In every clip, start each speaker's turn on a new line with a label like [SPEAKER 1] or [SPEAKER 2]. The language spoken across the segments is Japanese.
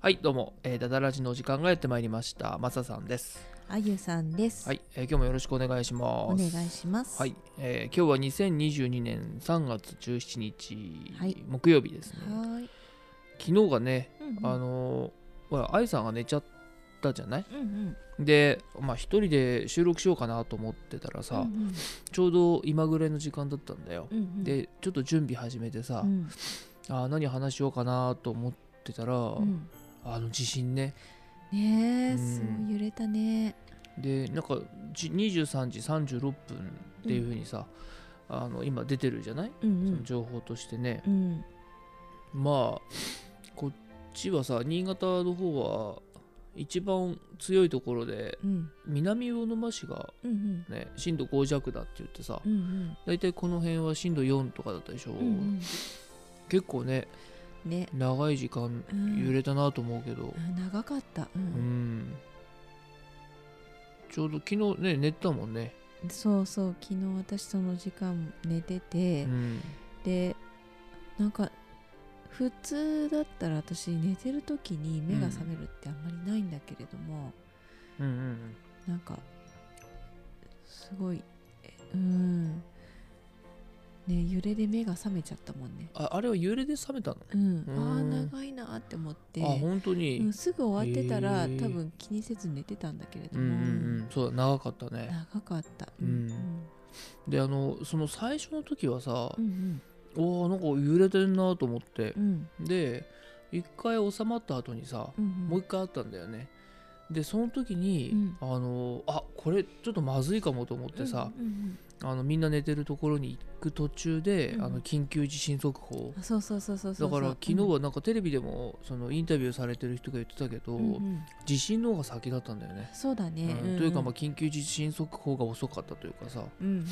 [SPEAKER 1] はいどうも、えー、ダダラジのお時間がやってまいりましたマサさんです
[SPEAKER 2] あゆさんです。
[SPEAKER 1] はい、えー今日もよろしくお願いし
[SPEAKER 2] お
[SPEAKER 1] ま
[SPEAKER 2] 願
[SPEAKER 1] す
[SPEAKER 2] いします。
[SPEAKER 1] はい、えー今日は2022年3月17日、
[SPEAKER 2] はい
[SPEAKER 1] 木曜日ですね
[SPEAKER 2] はーい。
[SPEAKER 1] 昨日がね
[SPEAKER 2] うんうん
[SPEAKER 1] あのーほらあゆさんが寝ちゃったじゃない
[SPEAKER 2] うんうん。
[SPEAKER 1] でまあ一人で収録しようかなと思ってたらさ、
[SPEAKER 2] うんうん
[SPEAKER 1] ちょうど今ぐらいの時間だったんだよ、
[SPEAKER 2] うんうん、
[SPEAKER 1] でちょっと準備始めてさ、
[SPEAKER 2] うん
[SPEAKER 1] あー何話しようかなと思ってたら、
[SPEAKER 2] うん
[SPEAKER 1] あの地震ねう
[SPEAKER 2] ねえ、
[SPEAKER 1] ん
[SPEAKER 2] すごい揺れたね。
[SPEAKER 1] でなんかじ23時36分っていうふうにさ、あの今出てるじゃない、
[SPEAKER 2] う
[SPEAKER 1] その
[SPEAKER 2] ん
[SPEAKER 1] 情報としてね
[SPEAKER 2] うん。うん。
[SPEAKER 1] まあこっちはさ新潟の方は一番強いところで
[SPEAKER 2] うん
[SPEAKER 1] 南魚沼市が
[SPEAKER 2] うんうん
[SPEAKER 1] ね震度5弱だって言ってさ、
[SPEAKER 2] うんうん
[SPEAKER 1] 大体この辺は震度4とかだったでしょ、
[SPEAKER 2] うんうん
[SPEAKER 1] 結構ね
[SPEAKER 2] ね。
[SPEAKER 1] 長い時間
[SPEAKER 2] うん
[SPEAKER 1] 揺れたなと思うけど
[SPEAKER 2] あ、長かった。う
[SPEAKER 1] うん
[SPEAKER 2] ん。
[SPEAKER 1] ちょうど昨日ね寝てたもんね、
[SPEAKER 2] そうそう。昨日私その時間寝てて、
[SPEAKER 1] うん
[SPEAKER 2] で、なんか普通だったら私寝てる時に目が覚めるってあんまりないんだけれども。
[SPEAKER 1] うんうんうん
[SPEAKER 2] なんかすごいえうんね揺れで目が覚めちゃったもんね
[SPEAKER 1] ああれは揺れで覚めたの
[SPEAKER 2] うん
[SPEAKER 1] う
[SPEAKER 2] ああ
[SPEAKER 1] ん
[SPEAKER 2] 長いなーって思って
[SPEAKER 1] あ本当
[SPEAKER 2] う
[SPEAKER 1] に
[SPEAKER 2] ん、すぐ終わってたら、
[SPEAKER 1] へー
[SPEAKER 2] 多分気にせず寝てたんだけれ
[SPEAKER 1] う
[SPEAKER 2] ど
[SPEAKER 1] んう
[SPEAKER 2] も、
[SPEAKER 1] んうん、そうだ長かったね
[SPEAKER 2] 長かった
[SPEAKER 1] うんであのその最初の時はさ、
[SPEAKER 2] うんうん
[SPEAKER 1] おーなんか揺れてんなと思って
[SPEAKER 2] う、ん
[SPEAKER 1] で一回収まった後にさ、
[SPEAKER 2] うん
[SPEAKER 1] もう一回あったんだよねでその時に、
[SPEAKER 2] うん
[SPEAKER 1] あのあこれちょっとまずいかもと思ってさ、
[SPEAKER 2] うんうん
[SPEAKER 1] あのみんな寝てるところに行く途中で、
[SPEAKER 2] うん
[SPEAKER 1] あの緊急地震速報
[SPEAKER 2] あそうそうそうそうそ
[SPEAKER 1] だ
[SPEAKER 2] う
[SPEAKER 1] から昨日はなんかテレビでもそのインタビューされてる人が言ってたけど、
[SPEAKER 2] うんうんうん
[SPEAKER 1] 地震の方が先だったんだよね。
[SPEAKER 2] そうだね、
[SPEAKER 1] うんというかまあ緊急地震速報が遅かったというかさ
[SPEAKER 2] うんうん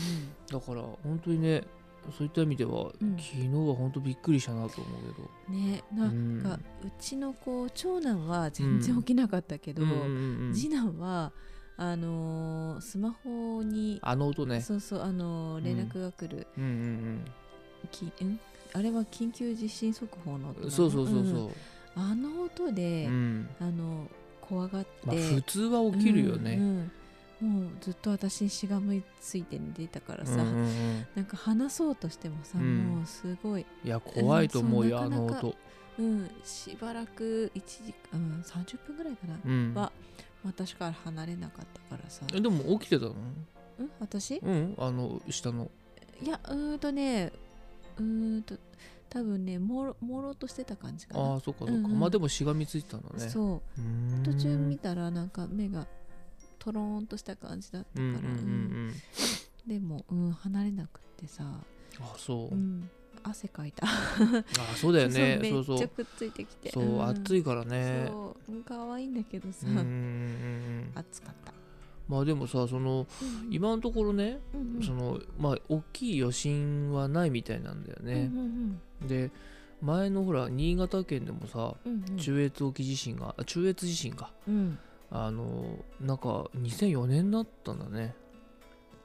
[SPEAKER 1] だから本当にねそういった意味では、
[SPEAKER 2] うん
[SPEAKER 1] 昨日は本当びっくりしたなと思うけど。
[SPEAKER 2] ね
[SPEAKER 1] う
[SPEAKER 2] なん
[SPEAKER 1] ん
[SPEAKER 2] か、うちの子長男は全然起きなかったけど、
[SPEAKER 1] うんうんうん
[SPEAKER 2] 次男はあのースマホに
[SPEAKER 1] あの音ね。
[SPEAKER 2] そうそうあのー連絡が来る、
[SPEAKER 1] うんうん
[SPEAKER 2] きんあれは緊急地震速報の音な
[SPEAKER 1] う
[SPEAKER 2] の
[SPEAKER 1] ん、そうそうそう
[SPEAKER 2] うん
[SPEAKER 1] そ
[SPEAKER 2] あの音
[SPEAKER 1] う。
[SPEAKER 2] で、
[SPEAKER 1] うん
[SPEAKER 2] あのー怖がって、
[SPEAKER 1] まあ、普通は起きるよ
[SPEAKER 2] う
[SPEAKER 1] ね。
[SPEAKER 2] んうんもうずっと私にしがみついて寝てたからさ、
[SPEAKER 1] うんうんうん
[SPEAKER 2] なんか話そうとしてもさ、
[SPEAKER 1] うん
[SPEAKER 2] もうすごい、
[SPEAKER 1] いや怖いと思うよ、
[SPEAKER 2] うん
[SPEAKER 1] あ
[SPEAKER 2] そう
[SPEAKER 1] の
[SPEAKER 2] なかなか
[SPEAKER 1] 音。
[SPEAKER 2] うん、しばらく1時間、うん、30分ぐらいかな、
[SPEAKER 1] うん、
[SPEAKER 2] は私から離れなかったからさ、
[SPEAKER 1] えでも起きてたの
[SPEAKER 2] うん、私
[SPEAKER 1] うんあの下の。
[SPEAKER 2] いやうーんとねうーんと多分ねもろもろうとしてた感じか
[SPEAKER 1] あ
[SPEAKER 2] な、
[SPEAKER 1] あそっかそっか、
[SPEAKER 2] うんうん
[SPEAKER 1] まあでもしがみついてたのね。
[SPEAKER 2] そう
[SPEAKER 1] うーん
[SPEAKER 2] 途中見たらなんか目がとろーんとした感じだったか
[SPEAKER 1] う
[SPEAKER 2] ら、
[SPEAKER 1] んうんうんう
[SPEAKER 2] うん
[SPEAKER 1] ん。
[SPEAKER 2] でも、うん、離れなくってさ、
[SPEAKER 1] あそう
[SPEAKER 2] う。ん、汗かいた
[SPEAKER 1] あそうだよね。そう
[SPEAKER 2] そ
[SPEAKER 1] そ
[SPEAKER 2] うめっちゃ
[SPEAKER 1] う。
[SPEAKER 2] くっついてきて
[SPEAKER 1] そう、
[SPEAKER 2] ん
[SPEAKER 1] 暑いからね。
[SPEAKER 2] そううん可愛いんだけど
[SPEAKER 1] う
[SPEAKER 2] さ、
[SPEAKER 1] んうんうんうん
[SPEAKER 2] 暑かった、
[SPEAKER 1] まあでもさその
[SPEAKER 2] うん
[SPEAKER 1] 今のところね、
[SPEAKER 2] うんうん
[SPEAKER 1] そのまあ大きい余震はないみたいなんだよね
[SPEAKER 2] う、んうん
[SPEAKER 1] で前のほら新潟県でもさ
[SPEAKER 2] うんうん
[SPEAKER 1] 中越沖地震があ中越地震か
[SPEAKER 2] うん
[SPEAKER 1] あのなんか2004年だったんだね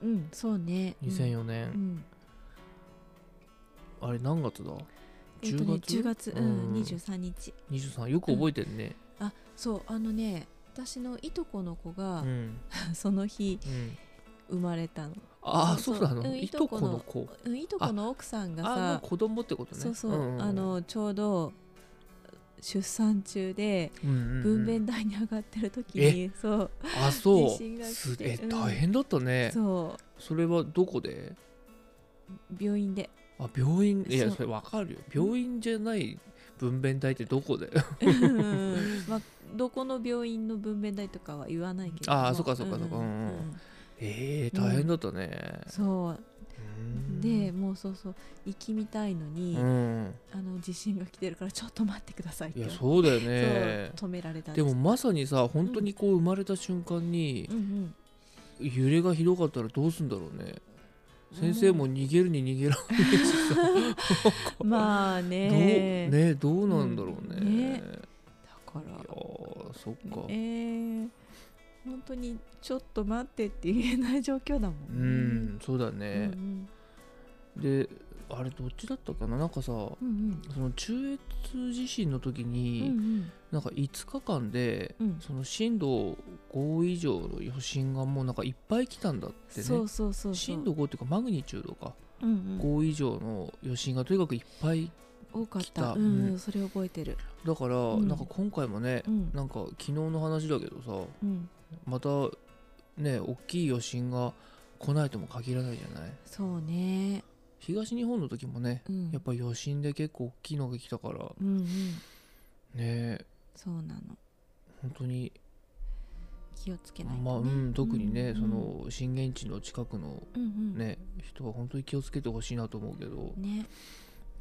[SPEAKER 2] うんそうねうん
[SPEAKER 1] 2004年
[SPEAKER 2] う、ん
[SPEAKER 1] あれ何月だ
[SPEAKER 2] えっとね、
[SPEAKER 1] 10月
[SPEAKER 2] 10月、うん
[SPEAKER 1] うん
[SPEAKER 2] 23日
[SPEAKER 1] ?23 よく覚えてるね
[SPEAKER 2] あそうあのね私のいとこの子
[SPEAKER 1] う
[SPEAKER 2] が、
[SPEAKER 1] ん、
[SPEAKER 2] その日
[SPEAKER 1] うん
[SPEAKER 2] 生まれたの、
[SPEAKER 1] ああそ
[SPEAKER 2] そ
[SPEAKER 1] うう
[SPEAKER 2] そう
[SPEAKER 1] なの、
[SPEAKER 2] うん
[SPEAKER 1] いとこの
[SPEAKER 2] いと
[SPEAKER 1] 子
[SPEAKER 2] うん、いとこの奥さんが
[SPEAKER 1] あの
[SPEAKER 2] さ
[SPEAKER 1] 子供ってことね
[SPEAKER 2] そうそう、
[SPEAKER 1] んんん
[SPEAKER 2] あのちょうど出産中で
[SPEAKER 1] うんうんうん
[SPEAKER 2] 分娩台に上がってる時に、そう
[SPEAKER 1] あ そう
[SPEAKER 2] 地震が来て
[SPEAKER 1] すえ
[SPEAKER 2] うん
[SPEAKER 1] 大変だったね、
[SPEAKER 2] そ
[SPEAKER 1] それはどこで
[SPEAKER 2] う病院 で
[SPEAKER 1] あ病院いや
[SPEAKER 2] そう
[SPEAKER 1] それわかるよ病院じゃない分娩台ってどこで
[SPEAKER 2] うんまあどこの病院の分娩台とかは言わないけども
[SPEAKER 1] あーそっかそっかそっかうんうんえー、大変だったね、
[SPEAKER 2] そう
[SPEAKER 1] うん、
[SPEAKER 2] でもうそうそう行きみたいのに、
[SPEAKER 1] うん
[SPEAKER 2] あの地震が来てるからちょっと待ってくださいって
[SPEAKER 1] いや
[SPEAKER 2] そう
[SPEAKER 1] そうだよね
[SPEAKER 2] 止められたん
[SPEAKER 1] で
[SPEAKER 2] です
[SPEAKER 1] もまさにさ本当にこう生まれた瞬間に
[SPEAKER 2] うんうん
[SPEAKER 1] 揺れがひどかったらどうすんだろうね先生も逃げるに逃げられないしさ
[SPEAKER 2] まあ
[SPEAKER 1] どう
[SPEAKER 2] ね
[SPEAKER 1] ねどうなんだろうね,、
[SPEAKER 2] うんねだか
[SPEAKER 1] いや
[SPEAKER 2] ら
[SPEAKER 1] ーそっか、
[SPEAKER 2] えー、本当にちょっと待ってって言えない状況だも
[SPEAKER 1] うん
[SPEAKER 2] ね
[SPEAKER 1] んそうだ
[SPEAKER 2] う
[SPEAKER 1] ね、
[SPEAKER 2] ん
[SPEAKER 1] であれどっちだったかななんかさそ
[SPEAKER 2] うん
[SPEAKER 1] の中越地震の時
[SPEAKER 2] うんう
[SPEAKER 1] に、
[SPEAKER 2] ん
[SPEAKER 1] なんか5日間で、
[SPEAKER 2] うん
[SPEAKER 1] その震度5以上の余震がもうなんかいっぱい来たんだってね
[SPEAKER 2] そうそうそうそう
[SPEAKER 1] 震度5っていうかマグニチュードか、
[SPEAKER 2] うんうん
[SPEAKER 1] 5以上の余震がとにかくいっぱい
[SPEAKER 2] 多かっ
[SPEAKER 1] 来
[SPEAKER 2] た
[SPEAKER 1] た
[SPEAKER 2] うん
[SPEAKER 1] う
[SPEAKER 2] うんそれ覚えてる
[SPEAKER 1] だから、
[SPEAKER 2] ん
[SPEAKER 1] なんか今回もね、
[SPEAKER 2] うん
[SPEAKER 1] なんか昨日の話だけどさ
[SPEAKER 2] うん
[SPEAKER 1] またね大きい余震が来ないとも限らないじゃない
[SPEAKER 2] そうね
[SPEAKER 1] 東日本の時もね
[SPEAKER 2] うん
[SPEAKER 1] やっぱ余震で結構大きいのが来たからね
[SPEAKER 2] うんうん
[SPEAKER 1] え
[SPEAKER 2] そうなの
[SPEAKER 1] 本当に
[SPEAKER 2] 気をつけないとね
[SPEAKER 1] まあうん特にね、
[SPEAKER 2] うん
[SPEAKER 1] その震源地の近くの
[SPEAKER 2] うんうん
[SPEAKER 1] ね人は本当に気をつけてほしいなと思うけど
[SPEAKER 2] ね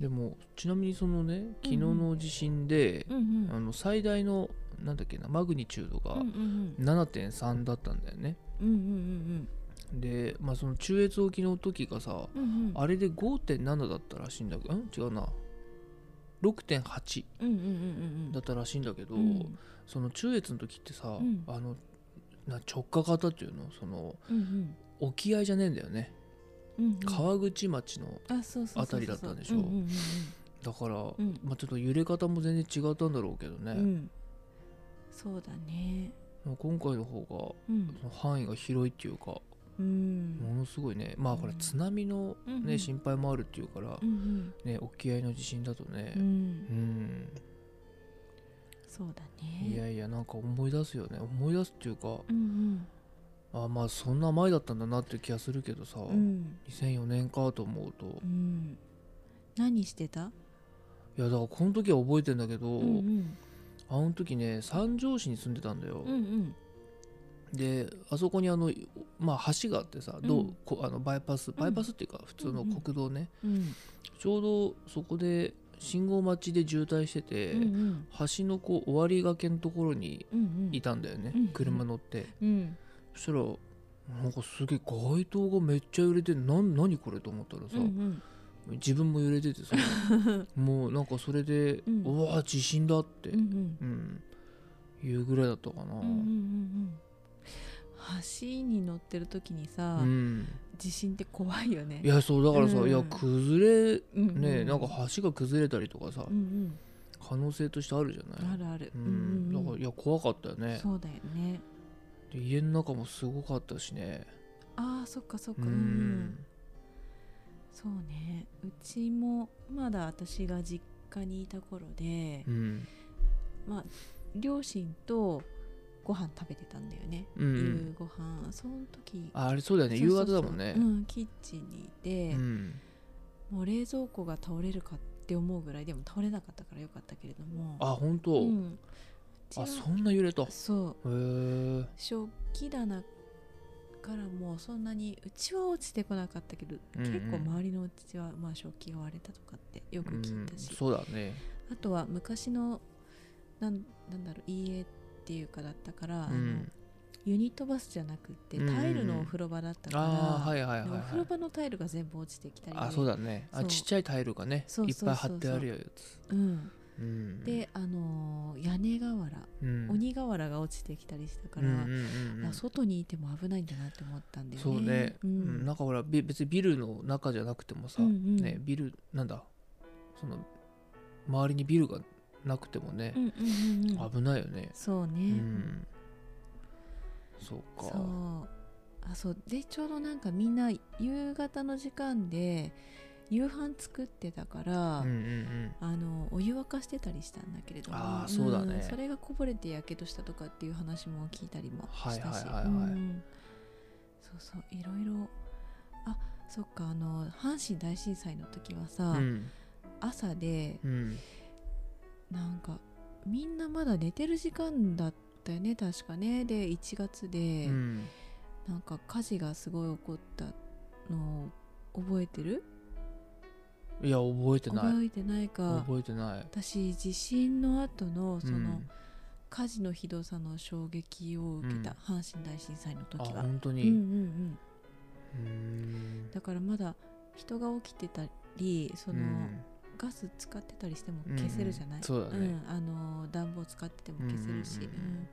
[SPEAKER 1] でもちなみにそのね昨日の地震で、
[SPEAKER 2] うんうん
[SPEAKER 1] あの最大のなんだっけなマグニチュードが
[SPEAKER 2] うんうん
[SPEAKER 1] 7.3だったんだよね、
[SPEAKER 2] うんうん
[SPEAKER 1] で、まあ、その中越沖の時がさ、
[SPEAKER 2] うんうんうんうん
[SPEAKER 1] あれで5.7だったらしいんだけどん違うな6.8
[SPEAKER 2] うんうんうんうん
[SPEAKER 1] だったらしいんだけど、
[SPEAKER 2] うん
[SPEAKER 1] その中越の時ってさ、
[SPEAKER 2] うん
[SPEAKER 1] あのな直下型っていうのその
[SPEAKER 2] うんうん
[SPEAKER 1] 沖合じゃねえんだよね
[SPEAKER 2] うんうん
[SPEAKER 1] 川口町の
[SPEAKER 2] あそうそうそうそう
[SPEAKER 1] あたりだったんでしょ
[SPEAKER 2] うんうん
[SPEAKER 1] だから、
[SPEAKER 2] うんうん
[SPEAKER 1] まあ、ちょっと揺れ方も全然違ったんだろうけどね
[SPEAKER 2] う、んそうだね
[SPEAKER 1] まあ今回の方
[SPEAKER 2] う
[SPEAKER 1] が
[SPEAKER 2] ん
[SPEAKER 1] その範囲が広いっていうか
[SPEAKER 2] うん
[SPEAKER 1] ものすごいねまあほら
[SPEAKER 2] うん
[SPEAKER 1] 津波の、
[SPEAKER 2] う
[SPEAKER 1] ね
[SPEAKER 2] んうん
[SPEAKER 1] 心配もあるっていうから
[SPEAKER 2] う、ん
[SPEAKER 1] ね、沖合の地震だとね
[SPEAKER 2] うんうん
[SPEAKER 1] うん、
[SPEAKER 2] そうだ
[SPEAKER 1] い
[SPEAKER 2] ね
[SPEAKER 1] やいやなんか思い出すよね思い出すっていうか
[SPEAKER 2] うん
[SPEAKER 1] あまあそんな前だったんだなって気がするけどさ、
[SPEAKER 2] うんうん
[SPEAKER 1] 2004年かと思うと
[SPEAKER 2] うん何してた
[SPEAKER 1] いやだからこの時は覚えてんだけど、
[SPEAKER 2] うんうん
[SPEAKER 1] あの時ね三条市に住んでたんだよ、
[SPEAKER 2] うんうん
[SPEAKER 1] であそこにあの、まあ、橋があってさ、ど
[SPEAKER 2] う
[SPEAKER 1] うんこあのバイパスバイパスっていうか普通の国道ね、
[SPEAKER 2] うん
[SPEAKER 1] ちょうどそこで信号待ちで渋滞してて、
[SPEAKER 2] うんうん
[SPEAKER 1] 橋のこう終わりがけのところに
[SPEAKER 2] うんうん
[SPEAKER 1] いたんだよね、
[SPEAKER 2] うん
[SPEAKER 1] 車乗って、
[SPEAKER 2] うん
[SPEAKER 1] そしたらなんかすげえ街灯がめっちゃ揺れてなん何これと思ったらさ、
[SPEAKER 2] うんうん
[SPEAKER 1] 自分も揺れて てさもうなんかそれで、
[SPEAKER 2] う
[SPEAKER 1] うんわあ地震だって、
[SPEAKER 2] うんうん
[SPEAKER 1] うんいうぐらいだったかな、
[SPEAKER 2] うんうんうんうん橋に乗ってる時にさ、
[SPEAKER 1] うん
[SPEAKER 2] 地震って怖いよね
[SPEAKER 1] いやそうだからさ、
[SPEAKER 2] うん
[SPEAKER 1] いや崩れ
[SPEAKER 2] うんうん
[SPEAKER 1] ねなんか橋が崩れたりとかさ、
[SPEAKER 2] うん
[SPEAKER 1] 可能性としてあるじゃ
[SPEAKER 2] うん
[SPEAKER 1] な
[SPEAKER 2] あ
[SPEAKER 1] い
[SPEAKER 2] るある、
[SPEAKER 1] うん、だからいや怖かったよね
[SPEAKER 2] そうだよね
[SPEAKER 1] で家の中もすごかったしね
[SPEAKER 2] あーそっかそっか
[SPEAKER 1] う、
[SPEAKER 2] うんんうん、そうねうちもまだ私が実家にいた頃で、
[SPEAKER 1] うん
[SPEAKER 2] 両親とご飯食べてたんだよね、
[SPEAKER 1] うん
[SPEAKER 2] 夕ご飯その時
[SPEAKER 1] ああれそうだよね
[SPEAKER 2] そうそう
[SPEAKER 1] 夕
[SPEAKER 2] そう
[SPEAKER 1] 方だもんね
[SPEAKER 2] うん、キッチンにいて、
[SPEAKER 1] うん
[SPEAKER 2] もう冷蔵庫が倒れるかって思うぐらいでも倒れなかったからよかったけれども
[SPEAKER 1] あ本当、
[SPEAKER 2] うん、うちは
[SPEAKER 1] あそんな揺れたへ
[SPEAKER 2] そう
[SPEAKER 1] え
[SPEAKER 2] 食器棚からもうそんなにうちは落ちてこなかったけど、
[SPEAKER 1] うんうん
[SPEAKER 2] 結構周りのうちは、まあ、食器が割れたとかってよく聞いたし、
[SPEAKER 1] そうだね
[SPEAKER 2] あとは昔のなんなんだろう家っていうかだったから、あ
[SPEAKER 1] う
[SPEAKER 2] の
[SPEAKER 1] ん
[SPEAKER 2] ユニットバスじゃなくって
[SPEAKER 1] うんうんうん
[SPEAKER 2] タイルのお風呂場だったから、
[SPEAKER 1] ああはいはいはい、は
[SPEAKER 2] でお
[SPEAKER 1] い、
[SPEAKER 2] 風呂場のタイルが全部落ちてきたりね
[SPEAKER 1] あそうだね
[SPEAKER 2] そ
[SPEAKER 1] あ
[SPEAKER 2] う
[SPEAKER 1] ちっちゃいタイルがね
[SPEAKER 2] そうそうそう
[SPEAKER 1] いっぱい貼ってあるやつ、
[SPEAKER 2] うん、
[SPEAKER 1] うん、
[SPEAKER 2] で、あのー屋根瓦、
[SPEAKER 1] うん、
[SPEAKER 2] 鬼瓦が落ちてきたりしたから、
[SPEAKER 1] うんうんうんうん
[SPEAKER 2] あ外にいても危ないんだなって思ったんだよね。
[SPEAKER 1] そうね、う
[SPEAKER 2] う
[SPEAKER 1] んん、なんかほらび別にビルの中じゃなくてもさ、
[SPEAKER 2] うんうん
[SPEAKER 1] ねビルなんだその周りにビルがなくてもね
[SPEAKER 2] う、んうんうんうん、
[SPEAKER 1] 危ないよね
[SPEAKER 2] そうね、
[SPEAKER 1] うんそう
[SPEAKER 2] そ
[SPEAKER 1] か
[SPEAKER 2] うあそうでちょうどなんかみんな夕方の時間で夕飯作ってたから、
[SPEAKER 1] うんうん
[SPEAKER 2] あのお湯沸かしてたりしたんだけれども
[SPEAKER 1] あーそうだね
[SPEAKER 2] んそれがこぼれてやけどしたとかっていう話も聞いたりも
[SPEAKER 1] はい
[SPEAKER 2] したし、
[SPEAKER 1] はいはいはい
[SPEAKER 2] うんそうそういろいろあそっかあの阪神大震災の時はさ、
[SPEAKER 1] うんうん
[SPEAKER 2] 朝で
[SPEAKER 1] うん
[SPEAKER 2] なんかみんなまだ寝てる時間だったよね確かねで1月で、
[SPEAKER 1] うん
[SPEAKER 2] なんか火事がすごい起こったのを覚えてる
[SPEAKER 1] いや覚えてない
[SPEAKER 2] 覚えてないか
[SPEAKER 1] 覚えてない
[SPEAKER 2] 私地震の後のその、
[SPEAKER 1] うん
[SPEAKER 2] 火事のひどさの衝撃を受けた、
[SPEAKER 1] うん
[SPEAKER 2] 阪神大震災の
[SPEAKER 1] あ
[SPEAKER 2] 時は、
[SPEAKER 1] 本当
[SPEAKER 2] うんうんう
[SPEAKER 1] に
[SPEAKER 2] ん、
[SPEAKER 1] うん
[SPEAKER 2] だからまだ人が起きてたりその、
[SPEAKER 1] うん
[SPEAKER 2] ガス使ってたりしても消せるじゃない、
[SPEAKER 1] うんそうだね
[SPEAKER 2] んあの暖房使ってても消せるし、
[SPEAKER 1] うんうんうんうん
[SPEAKER 2] うん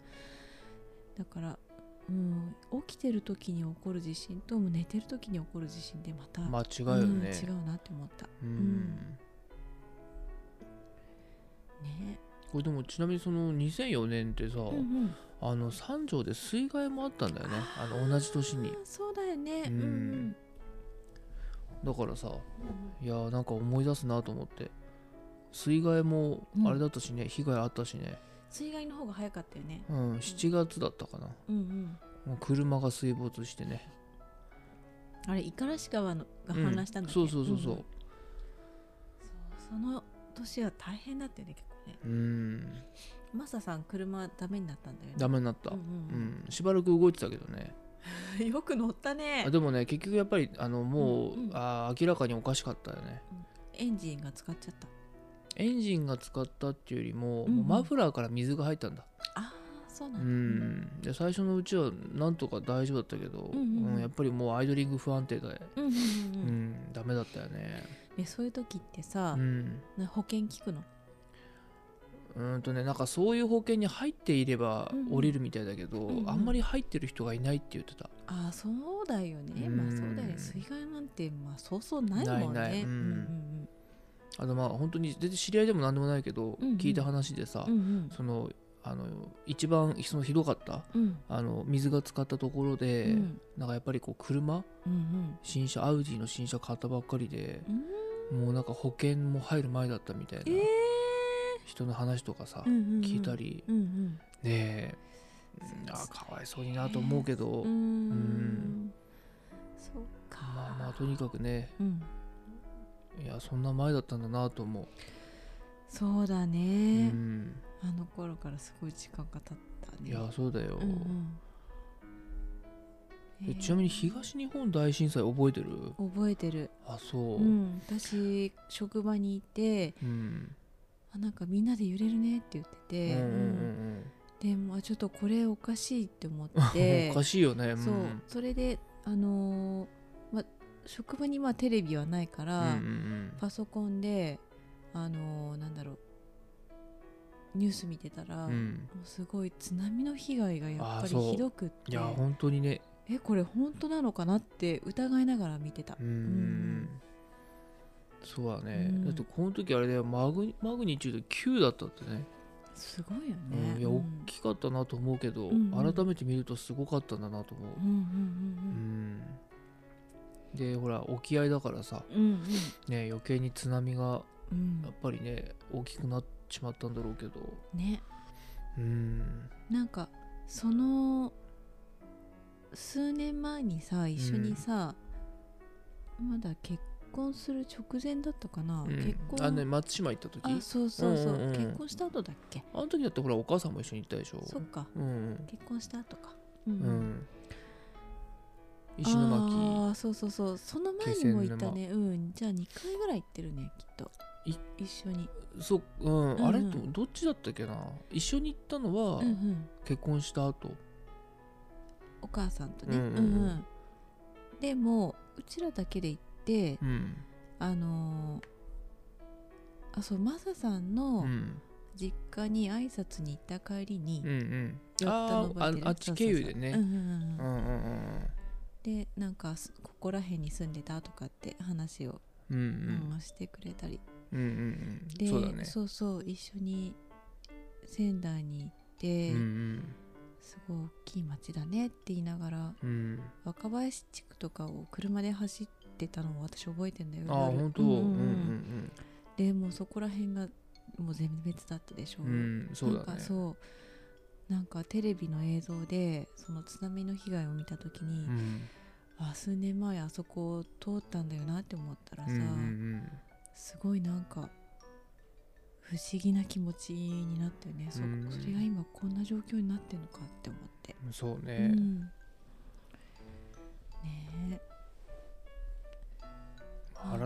[SPEAKER 2] だからうん、起きてる時に起こる地震ともう寝てる時に起こる地震でまた、
[SPEAKER 1] 間違いよね
[SPEAKER 2] うん、違うなって思った
[SPEAKER 1] うん、
[SPEAKER 2] んね
[SPEAKER 1] これでもちなみにその2004年ってさ、
[SPEAKER 2] うんうん
[SPEAKER 1] あの三条で水害もあったんだよねあの同じ年に
[SPEAKER 2] あーそうだよね
[SPEAKER 1] う
[SPEAKER 2] うんんうん
[SPEAKER 1] だからさ
[SPEAKER 2] う
[SPEAKER 1] い
[SPEAKER 2] ん
[SPEAKER 1] やーなんか思い出すなと思って水害も
[SPEAKER 2] うん
[SPEAKER 1] あれだったしね、被害あったしね、
[SPEAKER 2] 水害の方が早かったよね
[SPEAKER 1] うん、7月だったかな
[SPEAKER 2] うんうん
[SPEAKER 1] もう車が水没してね
[SPEAKER 2] あれ五十嵐川のが
[SPEAKER 1] うん
[SPEAKER 2] 氾濫したんだっけ
[SPEAKER 1] そうそうそうそ
[SPEAKER 2] ん
[SPEAKER 1] う
[SPEAKER 2] そうその年は大変だったよね結構ね
[SPEAKER 1] うん、
[SPEAKER 2] マサさん車ダメになったんだよね
[SPEAKER 1] ダメになった、う
[SPEAKER 2] うんん
[SPEAKER 1] しばらく動いてたけどね
[SPEAKER 2] うん よく乗ったね
[SPEAKER 1] あでもね結局やっぱりあのもう、
[SPEAKER 2] うんうん
[SPEAKER 1] あー明らかにおかしかったよね
[SPEAKER 2] エンジンが使っちゃった
[SPEAKER 1] エンジンが使ったっていうよりも,、
[SPEAKER 2] うんうん
[SPEAKER 1] マフラーから水が入ったんだ
[SPEAKER 2] ああそうな
[SPEAKER 1] うん
[SPEAKER 2] だ
[SPEAKER 1] んで最初のうちはなんとか大丈夫だったけど、
[SPEAKER 2] うんうんうん
[SPEAKER 1] やっぱりもうアイドリング不安定で、
[SPEAKER 2] うんうんうん
[SPEAKER 1] う
[SPEAKER 2] うんん
[SPEAKER 1] ダメだったよね
[SPEAKER 2] えそういう時ってさ
[SPEAKER 1] う、ん
[SPEAKER 2] な保険聞くの
[SPEAKER 1] うーんとねなんかそういう保険に入っていれば
[SPEAKER 2] うんうん
[SPEAKER 1] 降りるみたいだけど、
[SPEAKER 2] うんうん
[SPEAKER 1] あんまり入ってる人がいないって言ってた、
[SPEAKER 2] ああそうだよね、
[SPEAKER 1] うん
[SPEAKER 2] まあそうだよね水害なんてまあそうそうないもんね
[SPEAKER 1] ないないうん
[SPEAKER 2] うん
[SPEAKER 1] あのまあ本当に全然知り合いでも何でもないけど、
[SPEAKER 2] うんうん
[SPEAKER 1] 聞いた話でさ、
[SPEAKER 2] うんうん
[SPEAKER 1] そのあの一番そのひどかった
[SPEAKER 2] うんうん
[SPEAKER 1] あの水が使ったところで、
[SPEAKER 2] うん
[SPEAKER 1] なんかやっぱりこう車
[SPEAKER 2] うん
[SPEAKER 1] 新車アウディの新車買ったばっかりで
[SPEAKER 2] う、ん
[SPEAKER 1] もうなんか保険も入る前だったみたいな
[SPEAKER 2] ええ
[SPEAKER 1] 人の話とかさ、聞
[SPEAKER 2] 聞
[SPEAKER 1] いたり
[SPEAKER 2] うんうん
[SPEAKER 1] ねえ
[SPEAKER 2] そう
[SPEAKER 1] うんあ
[SPEAKER 2] ですね
[SPEAKER 1] かわいそうになと思うけど、
[SPEAKER 2] うーんそうか
[SPEAKER 1] まあまあとにかくね
[SPEAKER 2] うん
[SPEAKER 1] いやそんな前だったんだなと思う、
[SPEAKER 2] そうだ
[SPEAKER 1] う
[SPEAKER 2] ね、
[SPEAKER 1] ん、
[SPEAKER 2] あの頃からすごい時間が経ったね
[SPEAKER 1] いやそうだよ、
[SPEAKER 2] うんうん
[SPEAKER 1] えちなみに
[SPEAKER 2] えー
[SPEAKER 1] 東日本大震災覚えてる
[SPEAKER 2] 覚えてる
[SPEAKER 1] あそう、
[SPEAKER 2] うん、私職場にいて
[SPEAKER 1] うん
[SPEAKER 2] あなんかみんなで揺れるねって言って
[SPEAKER 1] うんう
[SPEAKER 2] て、
[SPEAKER 1] ん
[SPEAKER 2] うんでもあちょっとこれおかしいって思っ
[SPEAKER 1] うんうん
[SPEAKER 2] て
[SPEAKER 1] おかしいよね
[SPEAKER 2] そうんそれであのーま、職場にまあテレビはないか
[SPEAKER 1] うん
[SPEAKER 2] ら、
[SPEAKER 1] うん
[SPEAKER 2] パソコンであのーなんだろうニュース見てたら、
[SPEAKER 1] うんう
[SPEAKER 2] も
[SPEAKER 1] ん
[SPEAKER 2] うすごい津波の被害がやっ
[SPEAKER 1] あ
[SPEAKER 2] ぱり
[SPEAKER 1] そう
[SPEAKER 2] ひどくって
[SPEAKER 1] いや本当にね
[SPEAKER 2] えこれ本当なのかなって疑いながら見てた
[SPEAKER 1] うん、うん
[SPEAKER 2] ん
[SPEAKER 1] そうだね、
[SPEAKER 2] うん
[SPEAKER 1] だってこの時あれだよマグニマグニチュード9だったってね
[SPEAKER 2] すごいよね、
[SPEAKER 1] うん、いや
[SPEAKER 2] うん
[SPEAKER 1] 大きかったなと思うけど、
[SPEAKER 2] うんうん
[SPEAKER 1] 改めて見るとすごかったんだなと思う
[SPEAKER 2] うん
[SPEAKER 1] う
[SPEAKER 2] うん
[SPEAKER 1] ん、でほら沖合だからさ、
[SPEAKER 2] うんうんうん
[SPEAKER 1] ね、余計に津波が
[SPEAKER 2] うん
[SPEAKER 1] やっぱりね大きくなっちまったんだろうけど
[SPEAKER 2] ね
[SPEAKER 1] うん
[SPEAKER 2] なんかその数年前にさ一緒にさ、まだ結婚する直前だったかな、
[SPEAKER 1] うん
[SPEAKER 2] 結婚
[SPEAKER 1] あのね松島行った時
[SPEAKER 2] あそうそうそう,、
[SPEAKER 1] うんうんうん
[SPEAKER 2] 結婚した後だっけ
[SPEAKER 1] あの時だってほらお母さんも一緒に行ったでしょ
[SPEAKER 2] そっか
[SPEAKER 1] うん
[SPEAKER 2] 結婚した後かうん
[SPEAKER 1] うん、うん、石
[SPEAKER 2] あ
[SPEAKER 1] 巻
[SPEAKER 2] あそうそうそうその前にも行ったねうんじゃあ2回ぐらい行ってるねきっと
[SPEAKER 1] い
[SPEAKER 2] 一緒に
[SPEAKER 1] そう、うん
[SPEAKER 2] うん
[SPEAKER 1] あれどどっちだったっけな一緒に行ったのは
[SPEAKER 2] うんうん
[SPEAKER 1] 結婚した後
[SPEAKER 2] お母さんとね
[SPEAKER 1] う
[SPEAKER 2] うん
[SPEAKER 1] うん
[SPEAKER 2] んう
[SPEAKER 1] うん
[SPEAKER 2] ん、でもうちらだけで行って
[SPEAKER 1] うん
[SPEAKER 2] あのーあそうマサさん
[SPEAKER 1] うん
[SPEAKER 2] の
[SPEAKER 1] うん
[SPEAKER 2] 実家に挨拶に行った帰りに
[SPEAKER 1] うんうん
[SPEAKER 2] 寄った
[SPEAKER 1] あ
[SPEAKER 2] の覚え
[SPEAKER 1] あ
[SPEAKER 2] てる
[SPEAKER 1] あっち経由でね
[SPEAKER 2] そうそうそううんう
[SPEAKER 1] う
[SPEAKER 2] んうん
[SPEAKER 1] んうん
[SPEAKER 2] でなんかすここら辺に住んでたとかって話を、
[SPEAKER 1] うんうん
[SPEAKER 2] うんしてくれたり
[SPEAKER 1] うんうんうんう
[SPEAKER 2] で
[SPEAKER 1] んそうだね
[SPEAKER 2] そうそう一緒に仙台に行って、
[SPEAKER 1] うんうん
[SPEAKER 2] すごい大きい町だねって言いながら
[SPEAKER 1] うん
[SPEAKER 2] 若林地区とかを車で走ってたのを私覚えてんだよ
[SPEAKER 1] ああ
[SPEAKER 2] 夜
[SPEAKER 1] 本当う
[SPEAKER 2] う
[SPEAKER 1] ん
[SPEAKER 2] んう
[SPEAKER 1] うん
[SPEAKER 2] んうん
[SPEAKER 1] うん
[SPEAKER 2] でもうそこら辺がもう全滅だったでしょ、
[SPEAKER 1] うん、そうだ
[SPEAKER 2] なん
[SPEAKER 1] ね
[SPEAKER 2] か。そうなんかテレビの映像でその津波の被害を見た時に、
[SPEAKER 1] うん
[SPEAKER 2] あ数年前あそこを通ったんだよなって思ったら
[SPEAKER 1] う
[SPEAKER 2] さ、
[SPEAKER 1] んうん
[SPEAKER 2] すごいなんか不思議な気持ちになったよねそ,、
[SPEAKER 1] うん
[SPEAKER 2] それが今こんな状況になってるのかって思って、
[SPEAKER 1] うんそう
[SPEAKER 2] う
[SPEAKER 1] ね。
[SPEAKER 2] んねえ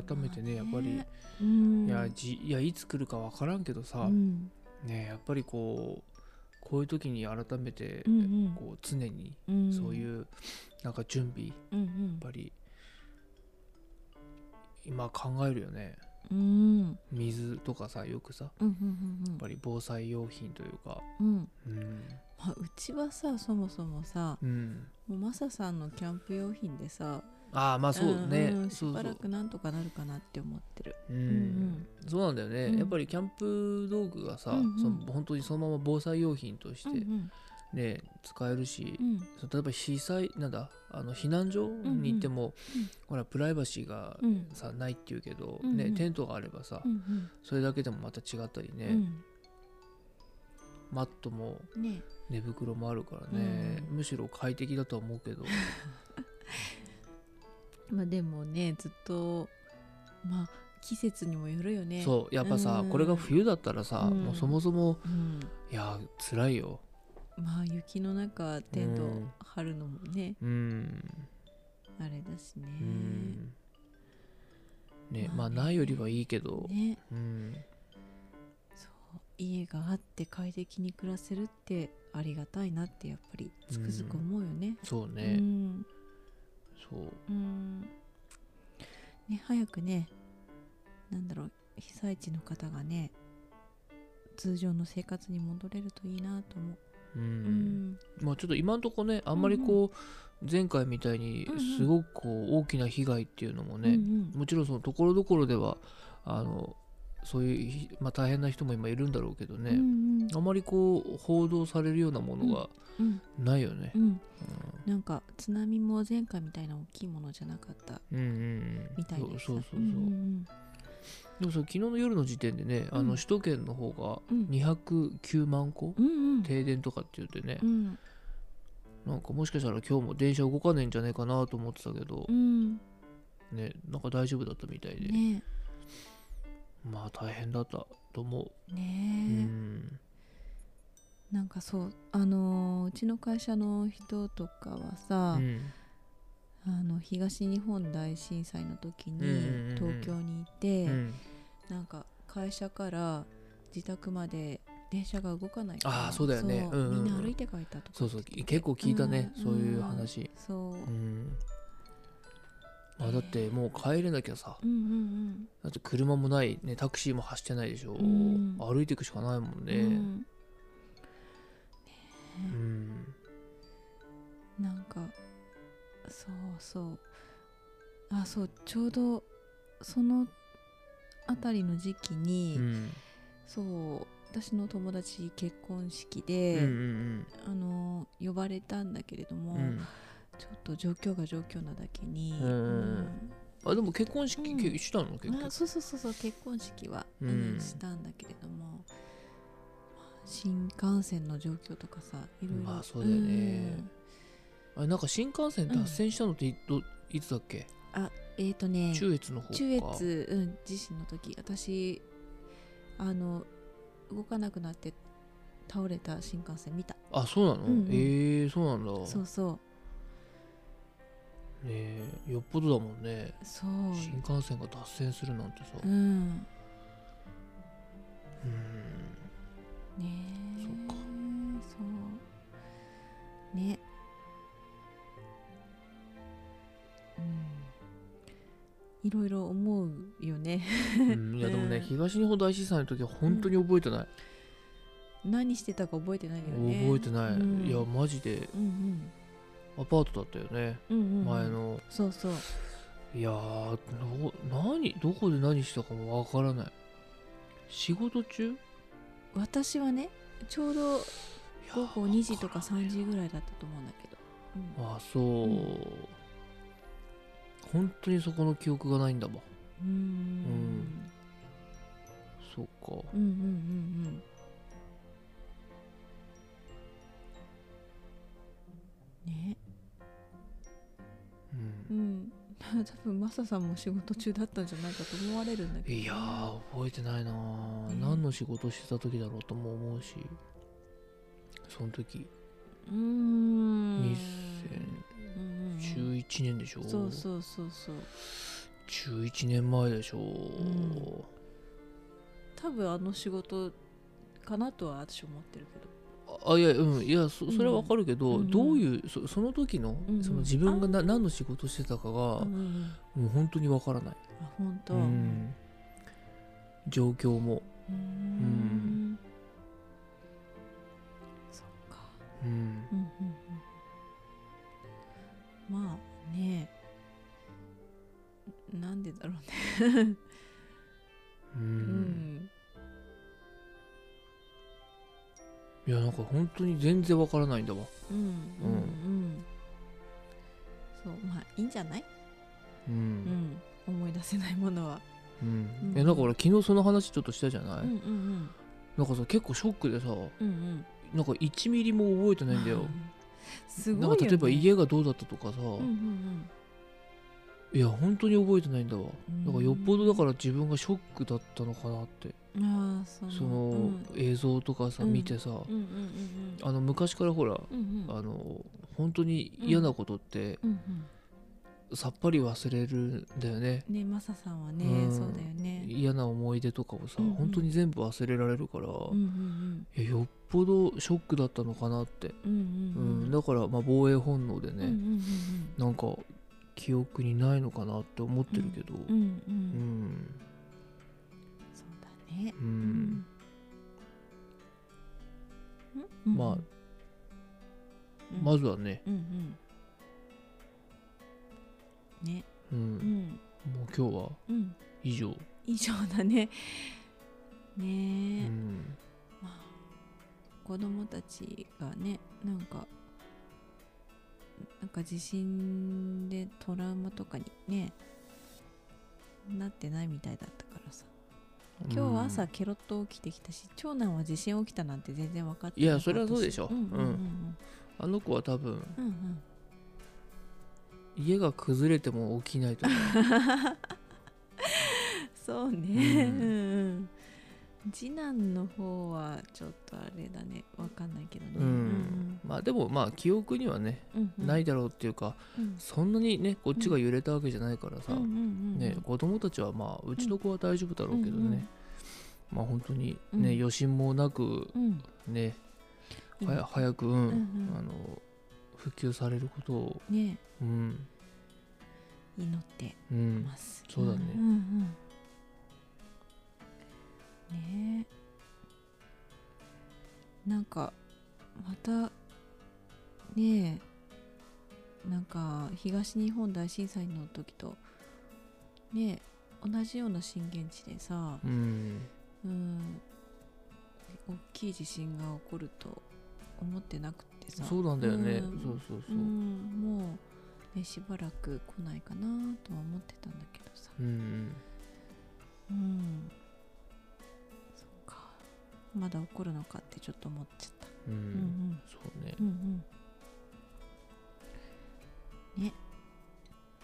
[SPEAKER 1] 改めてね、やっぱり、
[SPEAKER 2] ねうん
[SPEAKER 1] いや、じ、いや、いつ来るかわからんけど
[SPEAKER 2] う
[SPEAKER 1] さ。
[SPEAKER 2] ん
[SPEAKER 1] ね、やっぱりこう、こういう時に改めて
[SPEAKER 2] う、んうん
[SPEAKER 1] こう、常に、
[SPEAKER 2] ん、
[SPEAKER 1] そういうう。なんか準備、や
[SPEAKER 2] うんうん
[SPEAKER 1] っぱり。今考えるよね。
[SPEAKER 2] うんうん
[SPEAKER 1] 水とかさ、よくさ、や
[SPEAKER 2] うんうんうん
[SPEAKER 1] っぱり防災用品というか。
[SPEAKER 2] うん
[SPEAKER 1] うん。
[SPEAKER 2] まあうちはさそもそもさ
[SPEAKER 1] うん
[SPEAKER 2] もうマサさんのキャンプ用品でさ
[SPEAKER 1] ああまあそうね、
[SPEAKER 2] んんし
[SPEAKER 1] そうそ
[SPEAKER 2] ばら
[SPEAKER 1] う
[SPEAKER 2] くなんとかなるかなって思ってる
[SPEAKER 1] うん、
[SPEAKER 2] ん
[SPEAKER 1] そうなんだよね、
[SPEAKER 2] うん
[SPEAKER 1] やっぱりキャンプ道具がさ、
[SPEAKER 2] うんうん
[SPEAKER 1] その本当にそのまま防災用品とし
[SPEAKER 2] うんう
[SPEAKER 1] て
[SPEAKER 2] ん
[SPEAKER 1] ね、使えるし
[SPEAKER 2] う、ん
[SPEAKER 1] そう例えば被災なんだあの避難所に行っても、
[SPEAKER 2] うん
[SPEAKER 1] ほらプライバシーが
[SPEAKER 2] うん
[SPEAKER 1] さないっていうけど、
[SPEAKER 2] うんう
[SPEAKER 1] ね
[SPEAKER 2] ん
[SPEAKER 1] テントがあればさ、
[SPEAKER 2] うん
[SPEAKER 1] それだけでもまた違ったり
[SPEAKER 2] う
[SPEAKER 1] ね、
[SPEAKER 2] ん
[SPEAKER 1] マットも
[SPEAKER 2] うんね
[SPEAKER 1] 寝袋もあるからね、むしろ快適だとは思うけど
[SPEAKER 2] まあでもねずっとまあ季節にもよるよね
[SPEAKER 1] そうやっぱさ、
[SPEAKER 2] うん
[SPEAKER 1] これが冬だったらさ、
[SPEAKER 2] うん
[SPEAKER 1] もうそもそも
[SPEAKER 2] うん
[SPEAKER 1] いやー辛いよ
[SPEAKER 2] まあ雪の中テント
[SPEAKER 1] うん
[SPEAKER 2] 張るのもね
[SPEAKER 1] うん
[SPEAKER 2] あれだしね
[SPEAKER 1] うんねま
[SPEAKER 2] ま
[SPEAKER 1] あ
[SPEAKER 2] あね
[SPEAKER 1] ないよりはいいけど、
[SPEAKER 2] ね
[SPEAKER 1] うん
[SPEAKER 2] そう家があって快適に暮らせるってありがたいなってやっぱりつくづく思うよね。
[SPEAKER 1] そう
[SPEAKER 2] う
[SPEAKER 1] ね、
[SPEAKER 2] ん、
[SPEAKER 1] そう
[SPEAKER 2] うんね早くねなんだろう被災地の方がね通常の生活に戻れるといいなと思う。
[SPEAKER 1] うん、
[SPEAKER 2] うん
[SPEAKER 1] まあちょっと今んとこねあんまりこう、前回みたいに
[SPEAKER 2] うんうん
[SPEAKER 1] すごくこう大きな被害っていうのもね、
[SPEAKER 2] うん
[SPEAKER 1] もちろんそのところどころではあのそういうひ、まあ、大変な人も今いるんだろうけど
[SPEAKER 2] うん
[SPEAKER 1] ね、
[SPEAKER 2] うん
[SPEAKER 1] あまりこう報道されるようなものが
[SPEAKER 2] うん
[SPEAKER 1] ないよね
[SPEAKER 2] う。んなんか津波も前回みたいな大きいものじゃなかった
[SPEAKER 1] うんうんうん
[SPEAKER 2] みたいです
[SPEAKER 1] そうそうそうそう、
[SPEAKER 2] ん
[SPEAKER 1] でもその昨日の夜の時点でね、あ
[SPEAKER 2] う
[SPEAKER 1] の
[SPEAKER 2] ん
[SPEAKER 1] 首都圏の方
[SPEAKER 2] うんうん
[SPEAKER 1] が209万戸、
[SPEAKER 2] うんうん
[SPEAKER 1] 停電とかって言ってね
[SPEAKER 2] う、ん
[SPEAKER 1] なんかもしかしたら今日も電車動かないんじゃないかなと思ってたけど
[SPEAKER 2] う、ん
[SPEAKER 1] ねなんか大丈夫だったみたいで、
[SPEAKER 2] ね
[SPEAKER 1] まあ大変だったと思う。う
[SPEAKER 2] ねえ、
[SPEAKER 1] ん
[SPEAKER 2] なんかそうあのーうちの会社の人とかは
[SPEAKER 1] う
[SPEAKER 2] さ、
[SPEAKER 1] ん
[SPEAKER 2] あの東日本大震災の時
[SPEAKER 1] うんうんうん
[SPEAKER 2] に東京にいて、
[SPEAKER 1] うん
[SPEAKER 2] なんか会社から自宅まで電車が動かないから
[SPEAKER 1] あーそうだよね
[SPEAKER 2] そう
[SPEAKER 1] うんうんうん
[SPEAKER 2] みんな歩いて帰ったとか
[SPEAKER 1] そうそう結構聞いたね、
[SPEAKER 2] うん
[SPEAKER 1] そういう話。
[SPEAKER 2] そう、うん
[SPEAKER 1] うんまあ、だってもう帰れなきゃさ
[SPEAKER 2] うん
[SPEAKER 1] だって車もない、ね、タクシーも走ってないでしょ、
[SPEAKER 2] ん
[SPEAKER 1] 歩いていくしかないもん
[SPEAKER 2] うんう
[SPEAKER 1] ね
[SPEAKER 2] ん
[SPEAKER 1] うん、
[SPEAKER 2] なんかそうそうあそうちょうどその辺りの時期に、
[SPEAKER 1] うん
[SPEAKER 2] そう私の友達結婚式
[SPEAKER 1] うん
[SPEAKER 2] で、
[SPEAKER 1] うん
[SPEAKER 2] あの呼ばれたんだけれども、
[SPEAKER 1] うんうん
[SPEAKER 2] ちょっと状況が状況なだけに、
[SPEAKER 1] うんあでも結婚式、
[SPEAKER 2] うん
[SPEAKER 1] けしたの結
[SPEAKER 2] うん
[SPEAKER 1] 局
[SPEAKER 2] あそうそうそうそう結婚式は、
[SPEAKER 1] うん
[SPEAKER 2] うんしたんだけれどもまあ新幹線の状況とかさいろいろ、
[SPEAKER 1] まあそうだよね
[SPEAKER 2] うん
[SPEAKER 1] あれなんか新幹線脱線したのってい,、どいつだっけ
[SPEAKER 2] えっ、とね
[SPEAKER 1] 中越の方か
[SPEAKER 2] 中越、うん、地震の時私あの動かなくなって倒れた新幹線見た
[SPEAKER 1] あそうなの、
[SPEAKER 2] うんうん
[SPEAKER 1] ええそうなんだ
[SPEAKER 2] そう
[SPEAKER 1] ね
[SPEAKER 2] そう
[SPEAKER 1] えよっぽどだもんね
[SPEAKER 2] そう
[SPEAKER 1] 新幹線が脱線するなんてさ
[SPEAKER 2] う
[SPEAKER 1] うんん
[SPEAKER 2] ねえ
[SPEAKER 1] そっか
[SPEAKER 2] そうねうんいろいろ思うよね
[SPEAKER 1] うんいやでもね、
[SPEAKER 2] うん
[SPEAKER 1] 東日本大震災の時は本当に覚えてない、
[SPEAKER 2] 何してたか覚えてないよね
[SPEAKER 1] 覚えてない、
[SPEAKER 2] うん
[SPEAKER 1] いやマジで
[SPEAKER 2] うん
[SPEAKER 1] アパートだったよね、
[SPEAKER 2] うんうんうん
[SPEAKER 1] 前の
[SPEAKER 2] そうそう
[SPEAKER 1] いやーど何どこで何したかもわからない仕事中い
[SPEAKER 2] 私はねちょうど
[SPEAKER 1] や
[SPEAKER 2] 午後2時とか
[SPEAKER 1] わらない
[SPEAKER 2] 3時ぐらいだったと思うんだけど、うん
[SPEAKER 1] あそう、本当にそこの記憶がないんだもん
[SPEAKER 2] うーん
[SPEAKER 1] そっか
[SPEAKER 2] うんうんうんうんね
[SPEAKER 1] う、
[SPEAKER 2] うんん 多分マサさんも仕事中だったんじゃないかと思われるんだけど
[SPEAKER 1] いやー覚えてないなー、
[SPEAKER 2] ね
[SPEAKER 1] 何の仕事してた時だろうとも思うしその時
[SPEAKER 2] うーんうんうんうん
[SPEAKER 1] 2011年でしょ、
[SPEAKER 2] そうそうそうそう
[SPEAKER 1] 11年前でしょう、
[SPEAKER 2] ん多分あの仕事かなとは私思ってるけど
[SPEAKER 1] あいやうんいやそそれはわかるけど、
[SPEAKER 2] うん
[SPEAKER 1] どういうそその時の,、
[SPEAKER 2] うんうん
[SPEAKER 1] その自分がな何の仕事してたかが、
[SPEAKER 2] うんうんうん
[SPEAKER 1] もう本当にわからない、
[SPEAKER 2] あ本当
[SPEAKER 1] うん状況も、
[SPEAKER 2] うーんそっか
[SPEAKER 1] ううん
[SPEAKER 2] うんうんうんまあねなんでだろうね
[SPEAKER 1] う
[SPEAKER 2] うんん
[SPEAKER 1] いやなんか本当に全然わからないんだわ
[SPEAKER 2] うんうんうんそうまあいいんじゃない
[SPEAKER 1] うん、
[SPEAKER 2] うん思い出せないものは
[SPEAKER 1] うん
[SPEAKER 2] うん
[SPEAKER 1] えなんか俺昨日その話ちょっとしたじゃない、
[SPEAKER 2] うんうん
[SPEAKER 1] なんかさ結構ショックでさ
[SPEAKER 2] うんうん
[SPEAKER 1] なんか1ミリも覚えて
[SPEAKER 2] う
[SPEAKER 1] ないんだよ
[SPEAKER 2] す
[SPEAKER 1] なん
[SPEAKER 2] ごいよ、
[SPEAKER 1] か
[SPEAKER 2] ね、
[SPEAKER 1] 例えば家がどうだったとかさ、
[SPEAKER 2] うんうん
[SPEAKER 1] いや本当に覚えてないんだわ
[SPEAKER 2] うん
[SPEAKER 1] だからよっぽどだから自分がショックだったのかなって
[SPEAKER 2] うんああその
[SPEAKER 1] そ
[SPEAKER 2] うん
[SPEAKER 1] の映像とかさ
[SPEAKER 2] うん
[SPEAKER 1] 見てさ
[SPEAKER 2] うんうんうん
[SPEAKER 1] あの昔からほら
[SPEAKER 2] うんうんうん
[SPEAKER 1] あの本当に嫌なことって
[SPEAKER 2] うんうん
[SPEAKER 1] さっぱり忘れるんだよね
[SPEAKER 2] ねマサさんはね、
[SPEAKER 1] うん
[SPEAKER 2] そうだよね
[SPEAKER 1] 嫌な思い出とかをさ
[SPEAKER 2] うんうん
[SPEAKER 1] 本当に全部忘れられるから
[SPEAKER 2] うんうん
[SPEAKER 1] いやよっぽどショックだったのかなって
[SPEAKER 2] うんうん
[SPEAKER 1] う
[SPEAKER 2] うんうん
[SPEAKER 1] んだからまあ防衛本能で
[SPEAKER 2] うんうん
[SPEAKER 1] ねなんか記憶にないのかなって思ってるけど
[SPEAKER 2] うんうんうんう
[SPEAKER 1] うんん
[SPEAKER 2] そうだね
[SPEAKER 1] う
[SPEAKER 2] うんんうん
[SPEAKER 1] まあ
[SPEAKER 2] うん
[SPEAKER 1] まずはね
[SPEAKER 2] うんうんね
[SPEAKER 1] う
[SPEAKER 2] うんん
[SPEAKER 1] もう今日は
[SPEAKER 2] うん
[SPEAKER 1] 以上
[SPEAKER 2] 以上だねね
[SPEAKER 1] う
[SPEAKER 2] え、
[SPEAKER 1] ん
[SPEAKER 2] まあ、子供たちがねなんかなんか地震でトラウマとかにねなってないみたいだったからさ今日は
[SPEAKER 1] う
[SPEAKER 2] 朝
[SPEAKER 1] ん
[SPEAKER 2] ケロッと起きてきたし、長男は地震起きたなんて全然分かって
[SPEAKER 1] いや
[SPEAKER 2] なかった
[SPEAKER 1] それはそうでしょ
[SPEAKER 2] うんうんうん
[SPEAKER 1] あの子は多分
[SPEAKER 2] うんうん
[SPEAKER 1] 家が崩れても起きない と思
[SPEAKER 2] うんそうね、
[SPEAKER 1] う
[SPEAKER 2] うんんうん次男の方はちょっとあれだね分かんないけどね、
[SPEAKER 1] う、うん、まあでもまあ記憶にはね
[SPEAKER 2] うんうん
[SPEAKER 1] ないだろうっていうか、
[SPEAKER 2] うん
[SPEAKER 1] そんなにねこっちが揺れたわけじゃないからさ、
[SPEAKER 2] うんうんうんうん
[SPEAKER 1] ね、子供たちはまあうちの子は大丈夫だろうけどね、
[SPEAKER 2] うんうん
[SPEAKER 1] まあ本当にね、
[SPEAKER 2] うん
[SPEAKER 1] 余震もなく
[SPEAKER 2] うん
[SPEAKER 1] ね、
[SPEAKER 2] いい
[SPEAKER 1] は
[SPEAKER 2] ね
[SPEAKER 1] や早く、うん
[SPEAKER 2] うんうん
[SPEAKER 1] あの復旧されることを
[SPEAKER 2] ね
[SPEAKER 1] うん、
[SPEAKER 2] 祈って
[SPEAKER 1] うん、
[SPEAKER 2] ます、
[SPEAKER 1] そうだね
[SPEAKER 2] んうんうんねえなんかまたねえなんか東日本大震災の時とねえ同じような震源地でさ
[SPEAKER 1] うん
[SPEAKER 2] うん大きい地震が起こると思ってなくてさ
[SPEAKER 1] そうなんだよね、
[SPEAKER 2] うん
[SPEAKER 1] そうそうそうう、うん
[SPEAKER 2] んもう、ね、しばらく来ないかなとは思ってたんだけどさ
[SPEAKER 1] うん
[SPEAKER 2] うんそっかまだ起こるのかってちょっと思っちゃった
[SPEAKER 1] うん
[SPEAKER 2] うん
[SPEAKER 1] そうね
[SPEAKER 2] うんうんうんね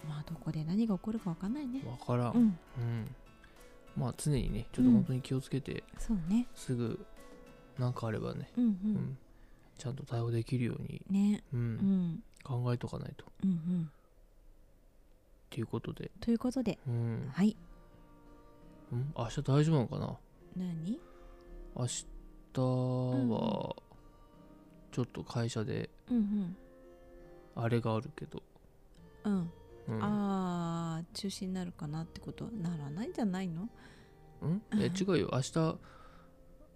[SPEAKER 2] まあどこで何が起こるかわかんないね
[SPEAKER 1] わからん、
[SPEAKER 2] うん
[SPEAKER 1] うん、まあ常にねちょっと本当に気をつけて、
[SPEAKER 2] そうね
[SPEAKER 1] すぐ何かあればね、
[SPEAKER 2] うんう
[SPEAKER 1] うん
[SPEAKER 2] ん、
[SPEAKER 1] ちゃんと対応できるように、
[SPEAKER 2] ね
[SPEAKER 1] うん
[SPEAKER 2] うん
[SPEAKER 1] 考えとかないとっ
[SPEAKER 2] うんうん
[SPEAKER 1] ていうことで、
[SPEAKER 2] ということで
[SPEAKER 1] うんうん
[SPEAKER 2] はい
[SPEAKER 1] 明日大丈夫なのかな
[SPEAKER 2] 何
[SPEAKER 1] 明日はちょっと会社で
[SPEAKER 2] うん
[SPEAKER 1] あれがあるけど、
[SPEAKER 2] うんうん
[SPEAKER 1] うん
[SPEAKER 2] あー中止になるかなってことならないんじゃないの、
[SPEAKER 1] うんえ違うよ明日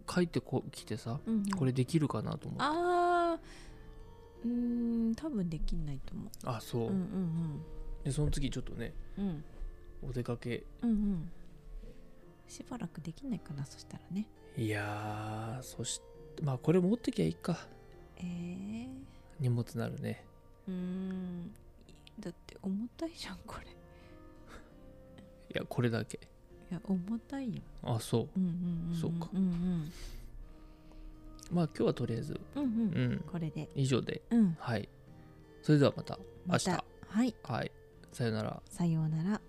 [SPEAKER 1] 帰ってこ来てさ
[SPEAKER 2] うんうん、
[SPEAKER 1] これできるかなと思って
[SPEAKER 2] あーうーん多分できないと思
[SPEAKER 1] あそう、
[SPEAKER 2] ううんうん
[SPEAKER 1] でその次ちょっとね
[SPEAKER 2] うんうん
[SPEAKER 1] お出かけ
[SPEAKER 2] うんうんしばらくできないかなそしたらね
[SPEAKER 1] いやーそしてまあこれ持ってきゃいいか
[SPEAKER 2] えー、
[SPEAKER 1] 荷物なるね
[SPEAKER 2] うーんだって重たいじゃんこれい
[SPEAKER 1] いやこれだけ
[SPEAKER 2] や重たいよ
[SPEAKER 1] あそう
[SPEAKER 2] うんうんうんうん
[SPEAKER 1] そうか
[SPEAKER 2] うん
[SPEAKER 1] まあ今日はとりあえず、
[SPEAKER 2] うんうん
[SPEAKER 1] う
[SPEAKER 2] うん
[SPEAKER 1] ん、
[SPEAKER 2] これで
[SPEAKER 1] 以上で、
[SPEAKER 2] うん
[SPEAKER 1] はい。それではまた明
[SPEAKER 2] ま
[SPEAKER 1] 日、
[SPEAKER 2] たはい
[SPEAKER 1] はい。さよなら。
[SPEAKER 2] さようなら